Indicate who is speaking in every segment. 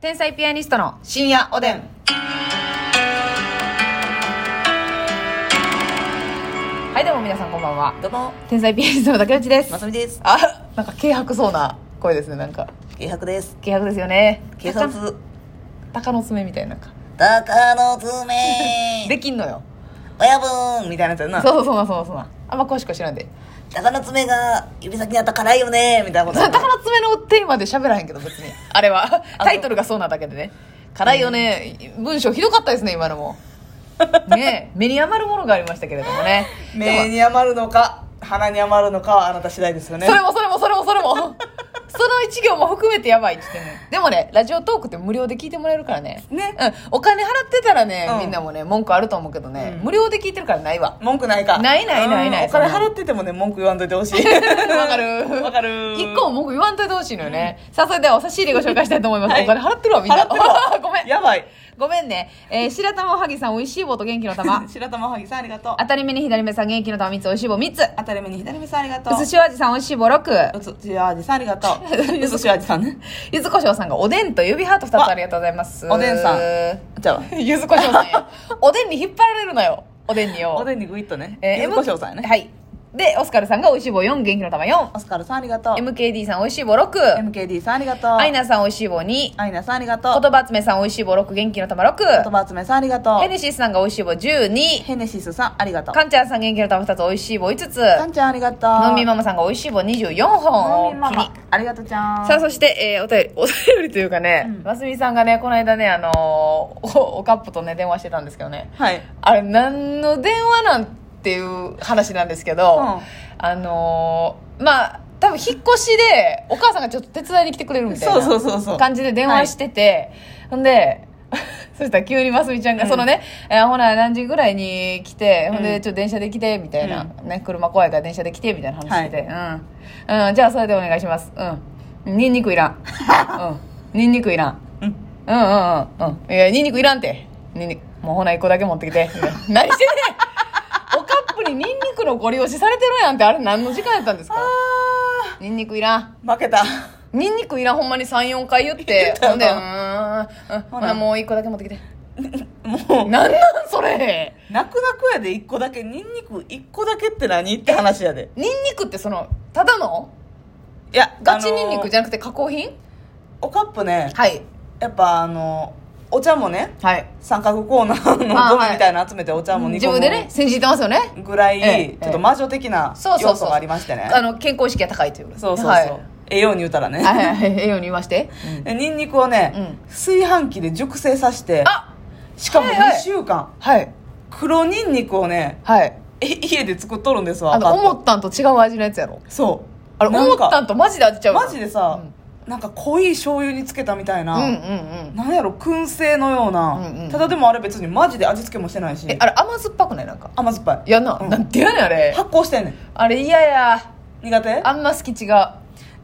Speaker 1: 天才ピアニストの
Speaker 2: 深夜おでん
Speaker 1: はいどうも皆さんこんばんは
Speaker 2: どうも
Speaker 1: 天才ピアニストの竹内です
Speaker 2: まさみです
Speaker 1: あなんか軽薄そうな声ですねなんか
Speaker 2: 軽薄です
Speaker 1: 軽薄ですよね
Speaker 2: 警
Speaker 1: 鷹の
Speaker 2: 察
Speaker 1: 鷹の爪みたいななんか
Speaker 2: 鷹の爪
Speaker 1: できんのよ
Speaker 2: 親分みたいなやつやんな
Speaker 1: そうそうそうそうそうあんま詳しくは知らんで
Speaker 2: 鷹の爪が指先にあったら辛いよねみたいなこと
Speaker 1: その鷹の爪のテーマで喋らへんけど別に あれは
Speaker 2: の
Speaker 1: タイトルがそうなだけでね辛いよね、文章ひどかったですね今のもねえ目に余るものがありましたけれども ね
Speaker 2: 目に余るのか鼻に余るのかはあなた次第ですよね
Speaker 1: それもそれもそれもそれも その一行も含めてやばいって言ってねでもねラジオトークって無料で聞いてもらえるからね
Speaker 2: ね
Speaker 1: うん、お金払ってたらね、
Speaker 2: うん
Speaker 1: みんなもね文句あると思うけどね、
Speaker 2: うん
Speaker 1: 無料で聞いてるからないわ
Speaker 2: 文句ないか
Speaker 1: ないないないない
Speaker 2: うんお金払っててもね文句言わんといてほしい
Speaker 1: わかる
Speaker 2: わかる
Speaker 1: 一個も文句言わんといてほしいのよね、さあそれではお差し入れご紹介したいと思います、
Speaker 2: はい
Speaker 1: お金払ってるわみんな
Speaker 2: 払ってるわ
Speaker 1: ごめん
Speaker 2: やばい
Speaker 1: ごめんね、えー白玉おはぎさんおいしい棒と元気の 玉
Speaker 2: 白玉おはぎさんありがとう
Speaker 1: 当たり目に左目さん元気の玉3つおいしい棒3つ
Speaker 2: 当たり目に左目さんありがとう
Speaker 1: うすしお味さんおいしい棒6
Speaker 2: うつしお味さんありがとううつしお味さんね
Speaker 1: ゆずこしょうさんがおでんと指ハート2つありがとうございます
Speaker 2: おでんさんじゃあ
Speaker 1: ゆずこしょうさんやおでんに引っ張られるなよおでんによ
Speaker 2: おでんにグイッとね。
Speaker 1: えー
Speaker 2: え、こしょうさんやね。
Speaker 1: はいでオスカルさんがおいしい棒4元気の玉
Speaker 2: オスカルさんありがとう。
Speaker 1: 4MKD さんおいしい棒6
Speaker 2: MKD さんありがとう。
Speaker 1: アイナさんおいしい棒2言
Speaker 2: アイナさんありがとう。
Speaker 1: 葉集めさんおいしい棒6元気の玉
Speaker 2: 言
Speaker 1: 6
Speaker 2: 葉集めさんありがと
Speaker 1: ヘ
Speaker 2: う。
Speaker 1: ネシスさんがおいしい棒12
Speaker 2: ヘネシスさんありがとう。
Speaker 1: かんちゃんさん元気の玉2つおいしい棒5つ
Speaker 2: かんちゃんありがとう。
Speaker 1: のんみママさんがおいしい棒24本
Speaker 2: の
Speaker 1: を気
Speaker 2: んみ
Speaker 1: に
Speaker 2: ママ。ありがとうちゃん。
Speaker 1: さあ、そして、えーお便り、 お便りというかね、
Speaker 2: うん
Speaker 1: ますみさんがね、この間ね、あのーお、おカップとね、電話してたんですけどね。
Speaker 2: はい。
Speaker 1: あれ、何の電話なんていう話なんですけど、
Speaker 2: うん
Speaker 1: あのーまあ、多分引っ越しで、お母さんがちょっと手伝いに来てくれるみたいな。
Speaker 2: そうそうそうそう。
Speaker 1: 感じで電話してて、ほんで そしたら急にますみちゃんが、
Speaker 2: うん
Speaker 1: そのね、えーほな何時ぐらいに来てほん
Speaker 2: う
Speaker 1: で
Speaker 2: ん
Speaker 1: ちょっと電車で来てみたいな、ね、車怖いから電車で来てみたいな話してて、うん、うん、じゃあそれでお願いしますうんニンニクい らん、うん、ニンニクいらん
Speaker 2: うん。
Speaker 1: うんうんうんうんいやニンニクいらんってニンニクもうほな1個だけ持ってき てみたいな何してんねんおカップにニンニクのご利用しされてるやんってあれ何の時間やったんですか
Speaker 2: あ
Speaker 1: ニンニクいらん
Speaker 2: ー、負けた。
Speaker 1: ニンニクいらんほんまに34回言っ
Speaker 2: 言
Speaker 1: て
Speaker 2: った
Speaker 1: ほ
Speaker 2: よ
Speaker 1: んでう
Speaker 2: な
Speaker 1: ーんうんほ
Speaker 2: ほな
Speaker 1: なもう一個だけ持ってきて
Speaker 2: もう、
Speaker 1: なんなんそれ
Speaker 2: 泣く泣くやで一個だけ、ニンニク一個だけって何って話やで。
Speaker 1: ニンニクってそのただの
Speaker 2: いや、
Speaker 1: ガチニンニクじ
Speaker 2: ゃ
Speaker 1: ゃなくて加工品
Speaker 2: おカップね、
Speaker 1: はい
Speaker 2: やっぱあの、お茶もね、
Speaker 1: はい
Speaker 2: 三角コーナーのゴミみ
Speaker 1: あーはい
Speaker 2: たいなの集めてお茶も煮込む。
Speaker 1: 自分でね先進してますよね
Speaker 2: ぐらい、
Speaker 1: ええ
Speaker 2: ちょっと魔女的な
Speaker 1: そうそう
Speaker 2: 要
Speaker 1: そ
Speaker 2: 素
Speaker 1: う
Speaker 2: がありましてね。
Speaker 1: あの健康意識が高いということですね
Speaker 2: そうそうそう。
Speaker 1: はい
Speaker 2: 栄養に言うたらね。
Speaker 1: はいはいはい栄養に言いまして
Speaker 2: でニンニクをね、
Speaker 1: うん
Speaker 2: 炊飯器で熟成させて、
Speaker 1: あ
Speaker 2: しかも
Speaker 1: はいはい
Speaker 2: 2週間、
Speaker 1: はい
Speaker 2: 黒ニンニクをね、
Speaker 1: はい
Speaker 2: え家で作っとるんですわ。
Speaker 1: あの
Speaker 2: 赤と
Speaker 1: 思ったんと違う味のやつやろ
Speaker 2: そう。
Speaker 1: あれ
Speaker 2: なん
Speaker 1: 思っ
Speaker 2: か
Speaker 1: たんとマジで味ちゃう
Speaker 2: マジでさ、
Speaker 1: うん
Speaker 2: なんか濃い醤油につけたみたい
Speaker 1: うんうんう
Speaker 2: な、
Speaker 1: ん
Speaker 2: なんやろ、燻製のような、
Speaker 1: うんうん
Speaker 2: ただでもあれ別にマジで味付けもしてないし、
Speaker 1: えあれ甘酸っぱくないなんか
Speaker 2: 甘酸っぱ
Speaker 1: いやな
Speaker 2: うん
Speaker 1: なんてやねんあ
Speaker 2: い。
Speaker 1: れ
Speaker 2: 発酵してんねん。
Speaker 1: あれ嫌や
Speaker 2: 苦手
Speaker 1: あんま好き違う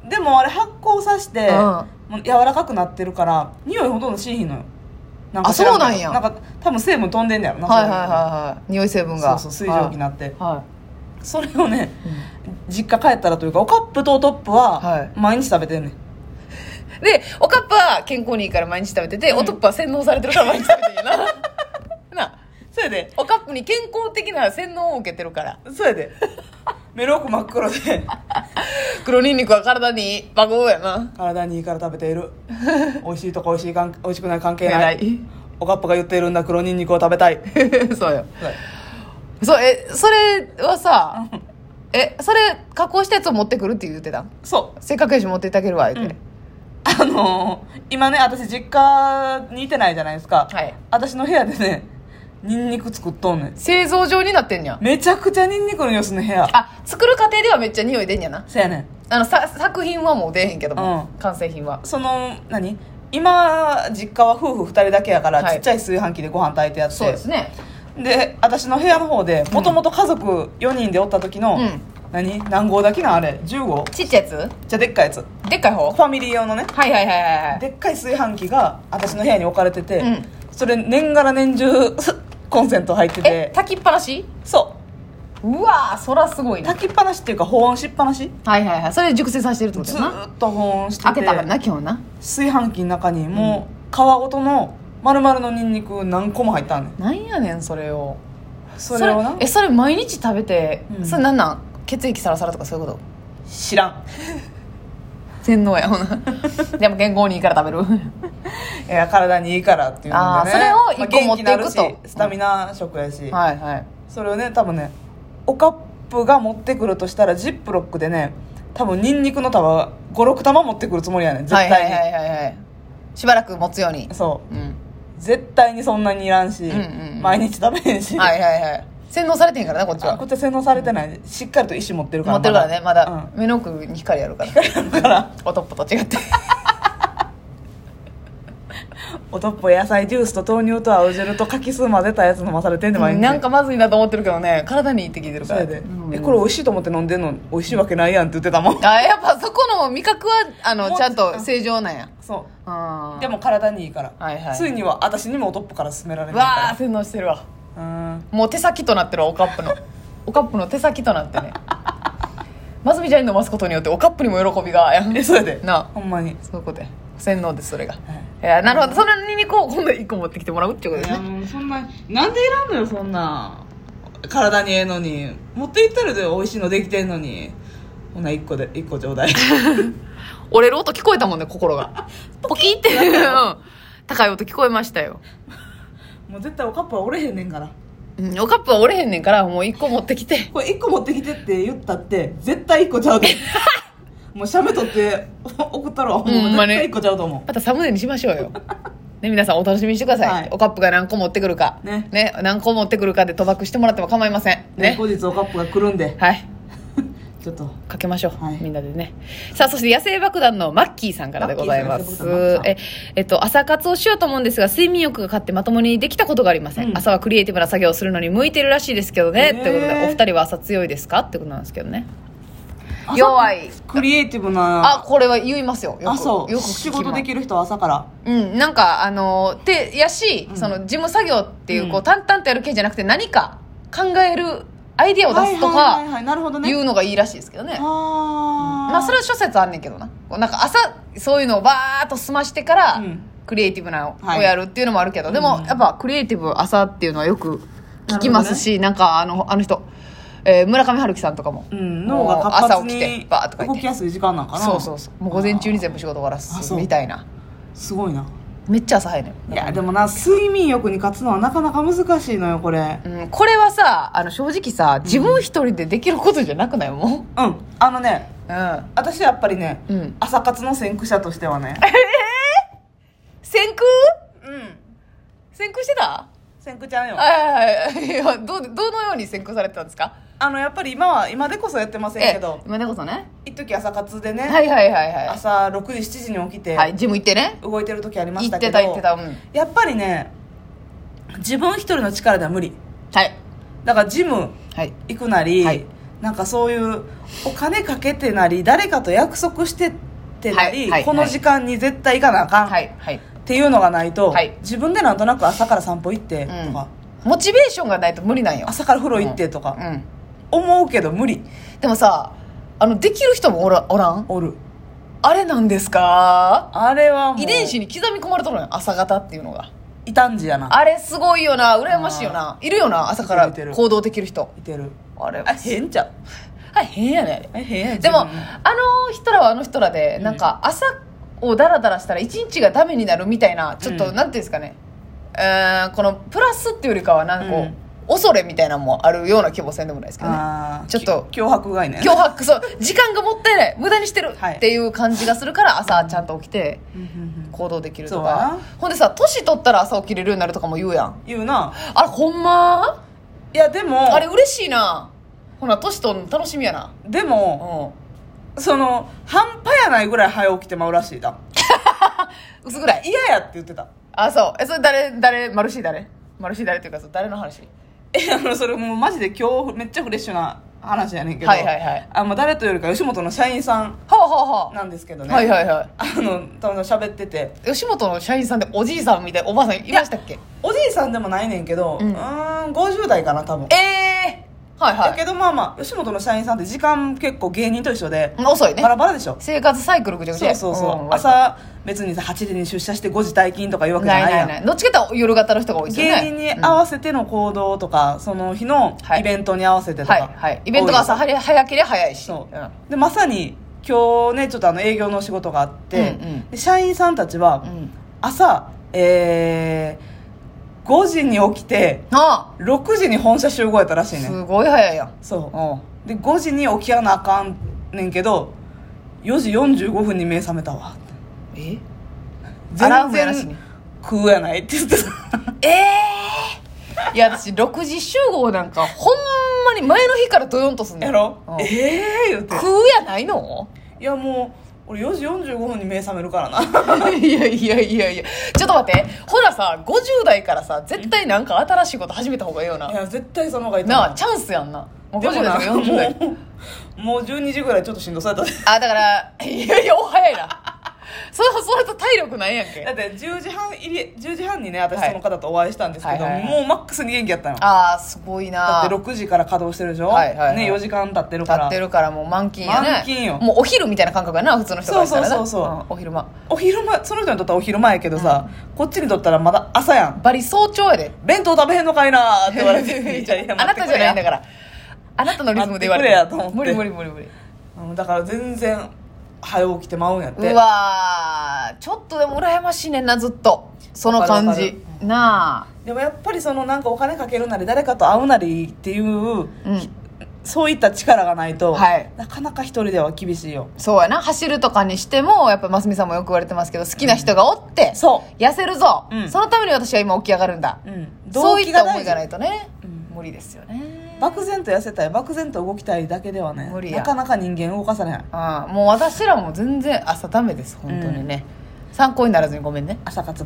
Speaker 2: でもあれ発酵させて、
Speaker 1: うん
Speaker 2: もう柔らかくなってるから匂いほとんどしひんのよなか知らけど
Speaker 1: あそうなんや
Speaker 2: なんか多分成分飛んでんだよな
Speaker 1: はいはいはいはい匂い成分
Speaker 2: そういうの
Speaker 1: が
Speaker 2: そうそう水蒸気になって、
Speaker 1: は
Speaker 2: それをね
Speaker 1: い、
Speaker 2: 実家帰ったらというかおカップとトップは
Speaker 1: はい
Speaker 2: 毎日食べてんねん、
Speaker 1: でおかっぱは健康にいいから毎日食べてて、おとっぱは洗脳されてるから毎日食べてる なな
Speaker 2: それで
Speaker 1: おかっぱに健康的な洗脳を受けてるから
Speaker 2: それで 目の奥真っ黒で
Speaker 1: 黒ニンニクは体にいいバグやな
Speaker 2: 体にいいから食べて いる美味しいとか美味しいかん美味しくない関係ない
Speaker 1: い
Speaker 2: おカップが言っているんだ黒ニンニクを食べたい
Speaker 1: そうよ
Speaker 2: はい
Speaker 1: そうえそれはさえそれ加工したやつを持ってくるって言ってたん
Speaker 2: そう
Speaker 1: せっかくやし持っていただけるわ言って、
Speaker 2: あのー今ね私実家にいてないじゃないですか、
Speaker 1: はい
Speaker 2: 私の部屋でねニンニク作っとんねん
Speaker 1: 製造上になってんや
Speaker 2: めちゃくちゃニンニクの匂いすんねん部屋
Speaker 1: あ作る過程ではめっちゃ匂い出んやな
Speaker 2: そやねん
Speaker 1: あのさ作品はもう出えへんけども、
Speaker 2: う
Speaker 1: 完成品は
Speaker 2: その何今実家は夫婦2人だけやから、
Speaker 1: はい
Speaker 2: ちっちゃい炊飯器でご飯炊いてやって
Speaker 1: そうですね
Speaker 2: で私の部屋の方でもともと家族4人でおった時の、
Speaker 1: うん
Speaker 2: 何何号だけなあれ10号
Speaker 1: ちっちゃいや
Speaker 2: じゃでっかいやつフ
Speaker 1: つでっかい方
Speaker 2: ァミリー用のね
Speaker 1: はいはいはいはいはい
Speaker 2: でっかい炊飯器が私の部屋に置かれてて、
Speaker 1: うん
Speaker 2: それ年がら年中コンセント入って
Speaker 1: え
Speaker 2: て
Speaker 1: 炊きっぱなし
Speaker 2: そう
Speaker 1: うわーそらすごいな
Speaker 2: 炊きっぱなしっていうか保温しっぱなし
Speaker 1: はいはいはいそれで熟成させてるってこと
Speaker 2: ず
Speaker 1: やな
Speaker 2: ーっと保温してて
Speaker 1: 開けたからな今日な
Speaker 2: 炊飯器の中にもう皮ごとの丸々のニンニク何個も入ったんねん
Speaker 1: なんやねんそれを
Speaker 2: それをな
Speaker 1: えそれ毎日食べて、
Speaker 2: うん
Speaker 1: それなんなん血液サラサラとかそういうこと
Speaker 2: 知らん
Speaker 1: 全能やほ なでも健康にいいから食べる
Speaker 2: いや体にいいからっていうので、ね、
Speaker 1: あーそれを一個
Speaker 2: まあ元気になるし
Speaker 1: 持っていくと
Speaker 2: スタミナ食やし、
Speaker 1: はいはい
Speaker 2: それをね多分ねおカップが持ってくるとしたらジップロックでね多分ニンニクの束56玉持ってくるつもりやねん絶対に、
Speaker 1: はいはいはいはいはいしばらく持つように
Speaker 2: そ
Speaker 1: うん
Speaker 2: う絶対にそんなにいらんし、
Speaker 1: んうんうん
Speaker 2: 毎日食べへんし、
Speaker 1: はいはいはい洗脳されてへんからなこっち
Speaker 2: あ
Speaker 1: は
Speaker 2: こっちは洗脳されてない、しっかりと意思持ってるか
Speaker 1: 持
Speaker 2: ら
Speaker 1: ってるからねま
Speaker 2: う
Speaker 1: だ
Speaker 2: ん
Speaker 1: 目の奥に光やる から
Speaker 2: だから
Speaker 1: おとっぽと違って
Speaker 2: おとっぽ野菜ジュースと豆乳と青汁と柿酢混ぜたやつ飲まされ てんで毎日、
Speaker 1: なんかまずいなと思ってるけどね体にいいって聞いてる
Speaker 2: そ
Speaker 1: か
Speaker 2: う
Speaker 1: ら
Speaker 2: やで、
Speaker 1: うん
Speaker 2: えこれ美味しいと思って飲んでんの美味しいわけないやんって言ってたもん
Speaker 1: あやっぱそこの味覚はあの
Speaker 2: もう
Speaker 1: ちゃんと正常なんや
Speaker 2: そう
Speaker 1: うん
Speaker 2: でも体にいいから、
Speaker 1: はいはい
Speaker 2: ついには私にもおとっぽから勧められてる
Speaker 1: わあ
Speaker 2: か
Speaker 1: 洗脳してるわ
Speaker 2: らうん
Speaker 1: もう手先となってるわおカップの おカップの手先となってねまずみちゃんに飲ますことによっておカップにも喜びが
Speaker 2: えそれで
Speaker 1: なあ
Speaker 2: ほんまに
Speaker 1: そういうことや洗脳ですそれが、いやなるほどそのにこう今度1個持ってきてもらうっていうことですね
Speaker 2: もうそんななんでいらんのよそんな体にええのに持っていったらで美味しいのできてんのにほな一個で一個ちょう だい
Speaker 1: 折れる音聞こえたもんね心 がポキって、うん高い音聞こえましたよ、
Speaker 2: もう絶対おカップは折れへんねんから
Speaker 1: うん、おカップは折れへんねんからもう1個持ってきて
Speaker 2: これ一個持ってきてって言ったって絶対一個ちゃうで もう写メ撮ってお送ったろもう
Speaker 1: うんほん
Speaker 2: 絶
Speaker 1: まね
Speaker 2: 対一個ちゃうと思う、
Speaker 1: またサムネにしましょうよね、皆さんお楽しみにしてください、
Speaker 2: はい
Speaker 1: おカップが何個持ってくるか
Speaker 2: ね
Speaker 1: 何個持ってくるかで賭博してもらっても構いません
Speaker 2: ね
Speaker 1: ね
Speaker 2: 後日おカップが来るんで
Speaker 1: はい
Speaker 2: ちょっと
Speaker 1: かけましょう、
Speaker 2: はい
Speaker 1: みんなでねさあそして野生爆弾のマッキーさんからでございま
Speaker 2: マッキ
Speaker 1: す
Speaker 2: ーさん野生爆弾
Speaker 1: え、えっと、朝活をしようと思うんですが睡眠欲が勝ってまともにできたことがありません、
Speaker 2: うん
Speaker 1: 朝はクリエイティブな作業をするのに向いてるらしいですけどね
Speaker 2: へー
Speaker 1: ということでお二人は朝強いですかってことなんですけどね
Speaker 2: 朝
Speaker 1: 弱い
Speaker 2: クリエイティブな
Speaker 1: あこれは言いますよよく
Speaker 2: あそう
Speaker 1: よく
Speaker 2: 仕
Speaker 1: 聞きます
Speaker 2: 事できる人は朝から
Speaker 1: うんなんかあのてやし、
Speaker 2: うん
Speaker 1: その事務作業っていうこ
Speaker 2: う
Speaker 1: うん淡々とやる系じゃなくて何か考えるアイディアを出すと
Speaker 2: はいはいはい
Speaker 1: か
Speaker 2: はいなるほどね
Speaker 1: いうのがいいらしいですけどね、
Speaker 2: あー
Speaker 1: まあそれは諸説あんねんけどなこうなんか朝そういうのをバーっと済ましてから、
Speaker 2: うん
Speaker 1: クリエイティブなの
Speaker 2: はい
Speaker 1: をやるっていうのもあるけど、で
Speaker 2: う
Speaker 1: も
Speaker 2: ん
Speaker 1: やっぱクリエイティブ朝っていうのはよく聞きますしな,、んかあのあの人、えー村上春樹さんとかも、
Speaker 2: うん、脳が活
Speaker 1: もう朝
Speaker 2: 発
Speaker 1: 起きて
Speaker 2: に
Speaker 1: バーっとか言
Speaker 2: 動
Speaker 1: っ
Speaker 2: き
Speaker 1: て
Speaker 2: やすい時間なんかな
Speaker 1: そうそうそうもう午前中に全部仕事終わら
Speaker 2: あ
Speaker 1: す
Speaker 2: そう
Speaker 1: みたいな
Speaker 2: すごいな
Speaker 1: めっちゃ朝早いねん
Speaker 2: いやでもな睡眠欲に勝つのはなかなか難しいのよこれ
Speaker 1: うん、これはさあの正直さ自分一人でできることじゃなくないもん、
Speaker 2: うんあのね
Speaker 1: うん、
Speaker 2: 私やっぱりね、
Speaker 1: うん
Speaker 2: 朝活の先駆者としてはね
Speaker 1: 先空
Speaker 2: うん
Speaker 1: 先空してた
Speaker 2: 先駆ちゃんよ
Speaker 1: はいはいはいいやどうどのように先行されてたんですか
Speaker 2: あのやっぱり今は今でこそやってませんけど
Speaker 1: ええ今でこそね
Speaker 2: 一時朝活でね、
Speaker 1: はいはいはいは
Speaker 2: 朝6時7時に起
Speaker 1: い
Speaker 2: きて
Speaker 1: はいジム行ってね
Speaker 2: 動いてる時ありまし
Speaker 1: 行
Speaker 2: た
Speaker 1: っ
Speaker 2: け
Speaker 1: て
Speaker 2: ど、
Speaker 1: た行ってたうんはい
Speaker 2: やっぱりね自分一人の力では無理だからジム
Speaker 1: はい
Speaker 2: 行くなり、
Speaker 1: はい
Speaker 2: なんかそういうお金かけてなり誰かと約束してってなり、
Speaker 1: はいはい
Speaker 2: この時間に絶対行かなあかん、
Speaker 1: はいはい
Speaker 2: っていうのがないと、
Speaker 1: はい
Speaker 2: 自分でなんとなく朝から散歩行ってと
Speaker 1: うん
Speaker 2: か、
Speaker 1: モチベーションがないと無理なんよ
Speaker 2: 朝から風呂行ってと
Speaker 1: う
Speaker 2: か、
Speaker 1: ん
Speaker 2: 思うけど無理
Speaker 1: でもさあのできる人もおらおらん
Speaker 2: おる
Speaker 1: あれなんですか
Speaker 2: あれはもう
Speaker 1: 遺伝子に刻み込まれとるのよ朝方っていうのが
Speaker 2: 異端児やな
Speaker 1: あれすごいよな羨ましいよないるよな朝から
Speaker 2: いてるいてる
Speaker 1: 行動できる人
Speaker 2: いてる
Speaker 1: あれ
Speaker 2: あ変じゃん
Speaker 1: あ変やねあれ
Speaker 2: え変や
Speaker 1: でも、
Speaker 2: 自分
Speaker 1: あの人らはあの人らで、
Speaker 2: うん
Speaker 1: なんか朝をダラダラしたら一日がダメになるみたいなちょっと、
Speaker 2: うん
Speaker 1: なんていうんですかね、えーこのプラスっていうよりかはなんかこう、
Speaker 2: うん
Speaker 1: 恐れみたいなのもあるような気もせんでもないですけどね
Speaker 2: あー
Speaker 1: ちょっと
Speaker 2: き脅迫概念
Speaker 1: 脅迫そう時間がもったいない無駄にしてる
Speaker 2: はい
Speaker 1: っていう感じがするから朝ちゃんと起きて
Speaker 2: うんうんうん
Speaker 1: 行動できると
Speaker 2: そうやな
Speaker 1: かほんでさ年取ったら朝起きれるようになるとかも言うやん
Speaker 2: 言うな
Speaker 1: あれほんま
Speaker 2: いやでも
Speaker 1: あれ嬉しいなほな年取るの楽しみやな
Speaker 2: でも
Speaker 1: うん
Speaker 2: その半端やないぐらい早起きてまうらしいだ
Speaker 1: 薄ぐらい
Speaker 2: 嫌やって言ってた
Speaker 1: あそうえそれ誰誰マルシー誰マルシー誰っていうかそう誰の話
Speaker 2: えあのそれもうマジで今日めっちゃフレッシュな話やねんけど、
Speaker 1: はいはいはい
Speaker 2: あまあ、誰というよりか吉本の社員さん
Speaker 1: はあはあは
Speaker 2: なんですけど
Speaker 1: あ、
Speaker 2: ね
Speaker 1: はいはいはい
Speaker 2: あのたまたま喋ってて
Speaker 1: 吉本の社員さんでおじいさんみたいなおばあさんいましたっけ
Speaker 2: おじいさんでもないねんけどう
Speaker 1: うん
Speaker 2: ーん50代かな多分
Speaker 1: ええはい
Speaker 2: だ
Speaker 1: は
Speaker 2: けどまあまあ吉本の社員さんって時間結構芸人と一緒で
Speaker 1: い遅いね
Speaker 2: バラバラでしょ
Speaker 1: 生活サイクルぐちゃぐちゃ
Speaker 2: そう
Speaker 1: や
Speaker 2: そうそう、
Speaker 1: ん
Speaker 2: 朝別にさ8時に出社して5時退勤とかいうわけじゃ
Speaker 1: ない
Speaker 2: ない
Speaker 1: な
Speaker 2: や
Speaker 1: い
Speaker 2: ん
Speaker 1: ないどっちかっていうと夜型の人が多いですよね
Speaker 2: 芸人に合わせての行動とか、その日の
Speaker 1: はい
Speaker 2: イベントに合わせてとか、
Speaker 1: はいはいイベントが朝早早ければ早いし
Speaker 2: そう、
Speaker 1: ん
Speaker 2: でまさに今日ねちょっとあの営業の仕事があって、
Speaker 1: うんうん
Speaker 2: で社員さんたちは
Speaker 1: うん
Speaker 2: 朝、えー、5時に起きて
Speaker 1: あ
Speaker 2: 6時に本社集合やったらしい
Speaker 1: あ
Speaker 2: ね
Speaker 1: すごい早いやん
Speaker 2: そう
Speaker 1: うん
Speaker 2: で5時に起きやなあかんねんけど4時45分に目覚めたわ
Speaker 1: えアラー
Speaker 2: 全
Speaker 1: ムやらしに
Speaker 2: 然食うやないって言ってた
Speaker 1: ええいや私6時集合なんかほんまに前の日からドヨンとすんの
Speaker 2: やろ、
Speaker 1: うん
Speaker 2: ええ言って
Speaker 1: 食うやない の
Speaker 2: いやもう俺4時45分に目覚めるからな
Speaker 1: いやいやいやいやちょっと待ってほらさ50代からさ絶対なんか新しいこと始めた方がいいよない
Speaker 2: や絶対その方がいいと思う
Speaker 1: なあチャンスやんなもう
Speaker 2: でも
Speaker 1: 50代
Speaker 2: な
Speaker 1: とか40代
Speaker 2: もうもう12時ぐらいちょっとしんどそうやったで
Speaker 1: あだからいやいやお早いなそれそれと体力ないやんけ
Speaker 2: だって10時半入り10時半にね私
Speaker 1: はい
Speaker 2: その方とお会いしたんですけど、
Speaker 1: はいはいはい
Speaker 2: もうマックスに元気やったのだ
Speaker 1: ああすごいな
Speaker 2: って6時から稼働してるでしょ、
Speaker 1: はいはいはい
Speaker 2: ね、4時間経ってる
Speaker 1: 立
Speaker 2: から
Speaker 1: ってるからもう満勤やね
Speaker 2: 満勤よ
Speaker 1: もうお昼みたいな感覚やな普通の人からしたらな
Speaker 2: そうそうそうそう
Speaker 1: うんお昼間
Speaker 2: お昼前その人にとってはお昼前やけどさ、こっちにとったらまだ朝やん
Speaker 1: バリ早朝やで
Speaker 2: 弁当食べへんのかいな ーって言われていやいや
Speaker 1: あなたじゃないんだか
Speaker 2: か
Speaker 1: らあなたのリズムで言われ
Speaker 2: 待ってくれやと思って
Speaker 1: 無理無理無理無理
Speaker 2: らだから全然早起きてまうんやって
Speaker 1: うわーちょっとでも羨ましいねんなずっとその感
Speaker 2: わかる
Speaker 1: じな
Speaker 2: でもやっぱりそのなんかお金かけるなり誰かと会うなりっていう
Speaker 1: あうん
Speaker 2: そういった力がないと、
Speaker 1: はい
Speaker 2: なかなか一人では厳しいよ
Speaker 1: そうやな走るとかにしてもやっぱ真澄さんもよく言われてますけど好きな人がおって、
Speaker 2: そ
Speaker 1: 痩せるぞ、
Speaker 2: うん
Speaker 1: そのために私は今起き上がるんだ
Speaker 2: う、うん、
Speaker 1: そういった思いが
Speaker 2: が
Speaker 1: ないとね、
Speaker 2: うん
Speaker 1: 無理ですよね
Speaker 2: 漠然と痩せたい漠然と動きたいだけではね
Speaker 1: 無理や
Speaker 2: なかなか人間動かさない
Speaker 1: ああもう私らも全然朝ダメです本当にね、参考にならずにごめんね
Speaker 2: 朝活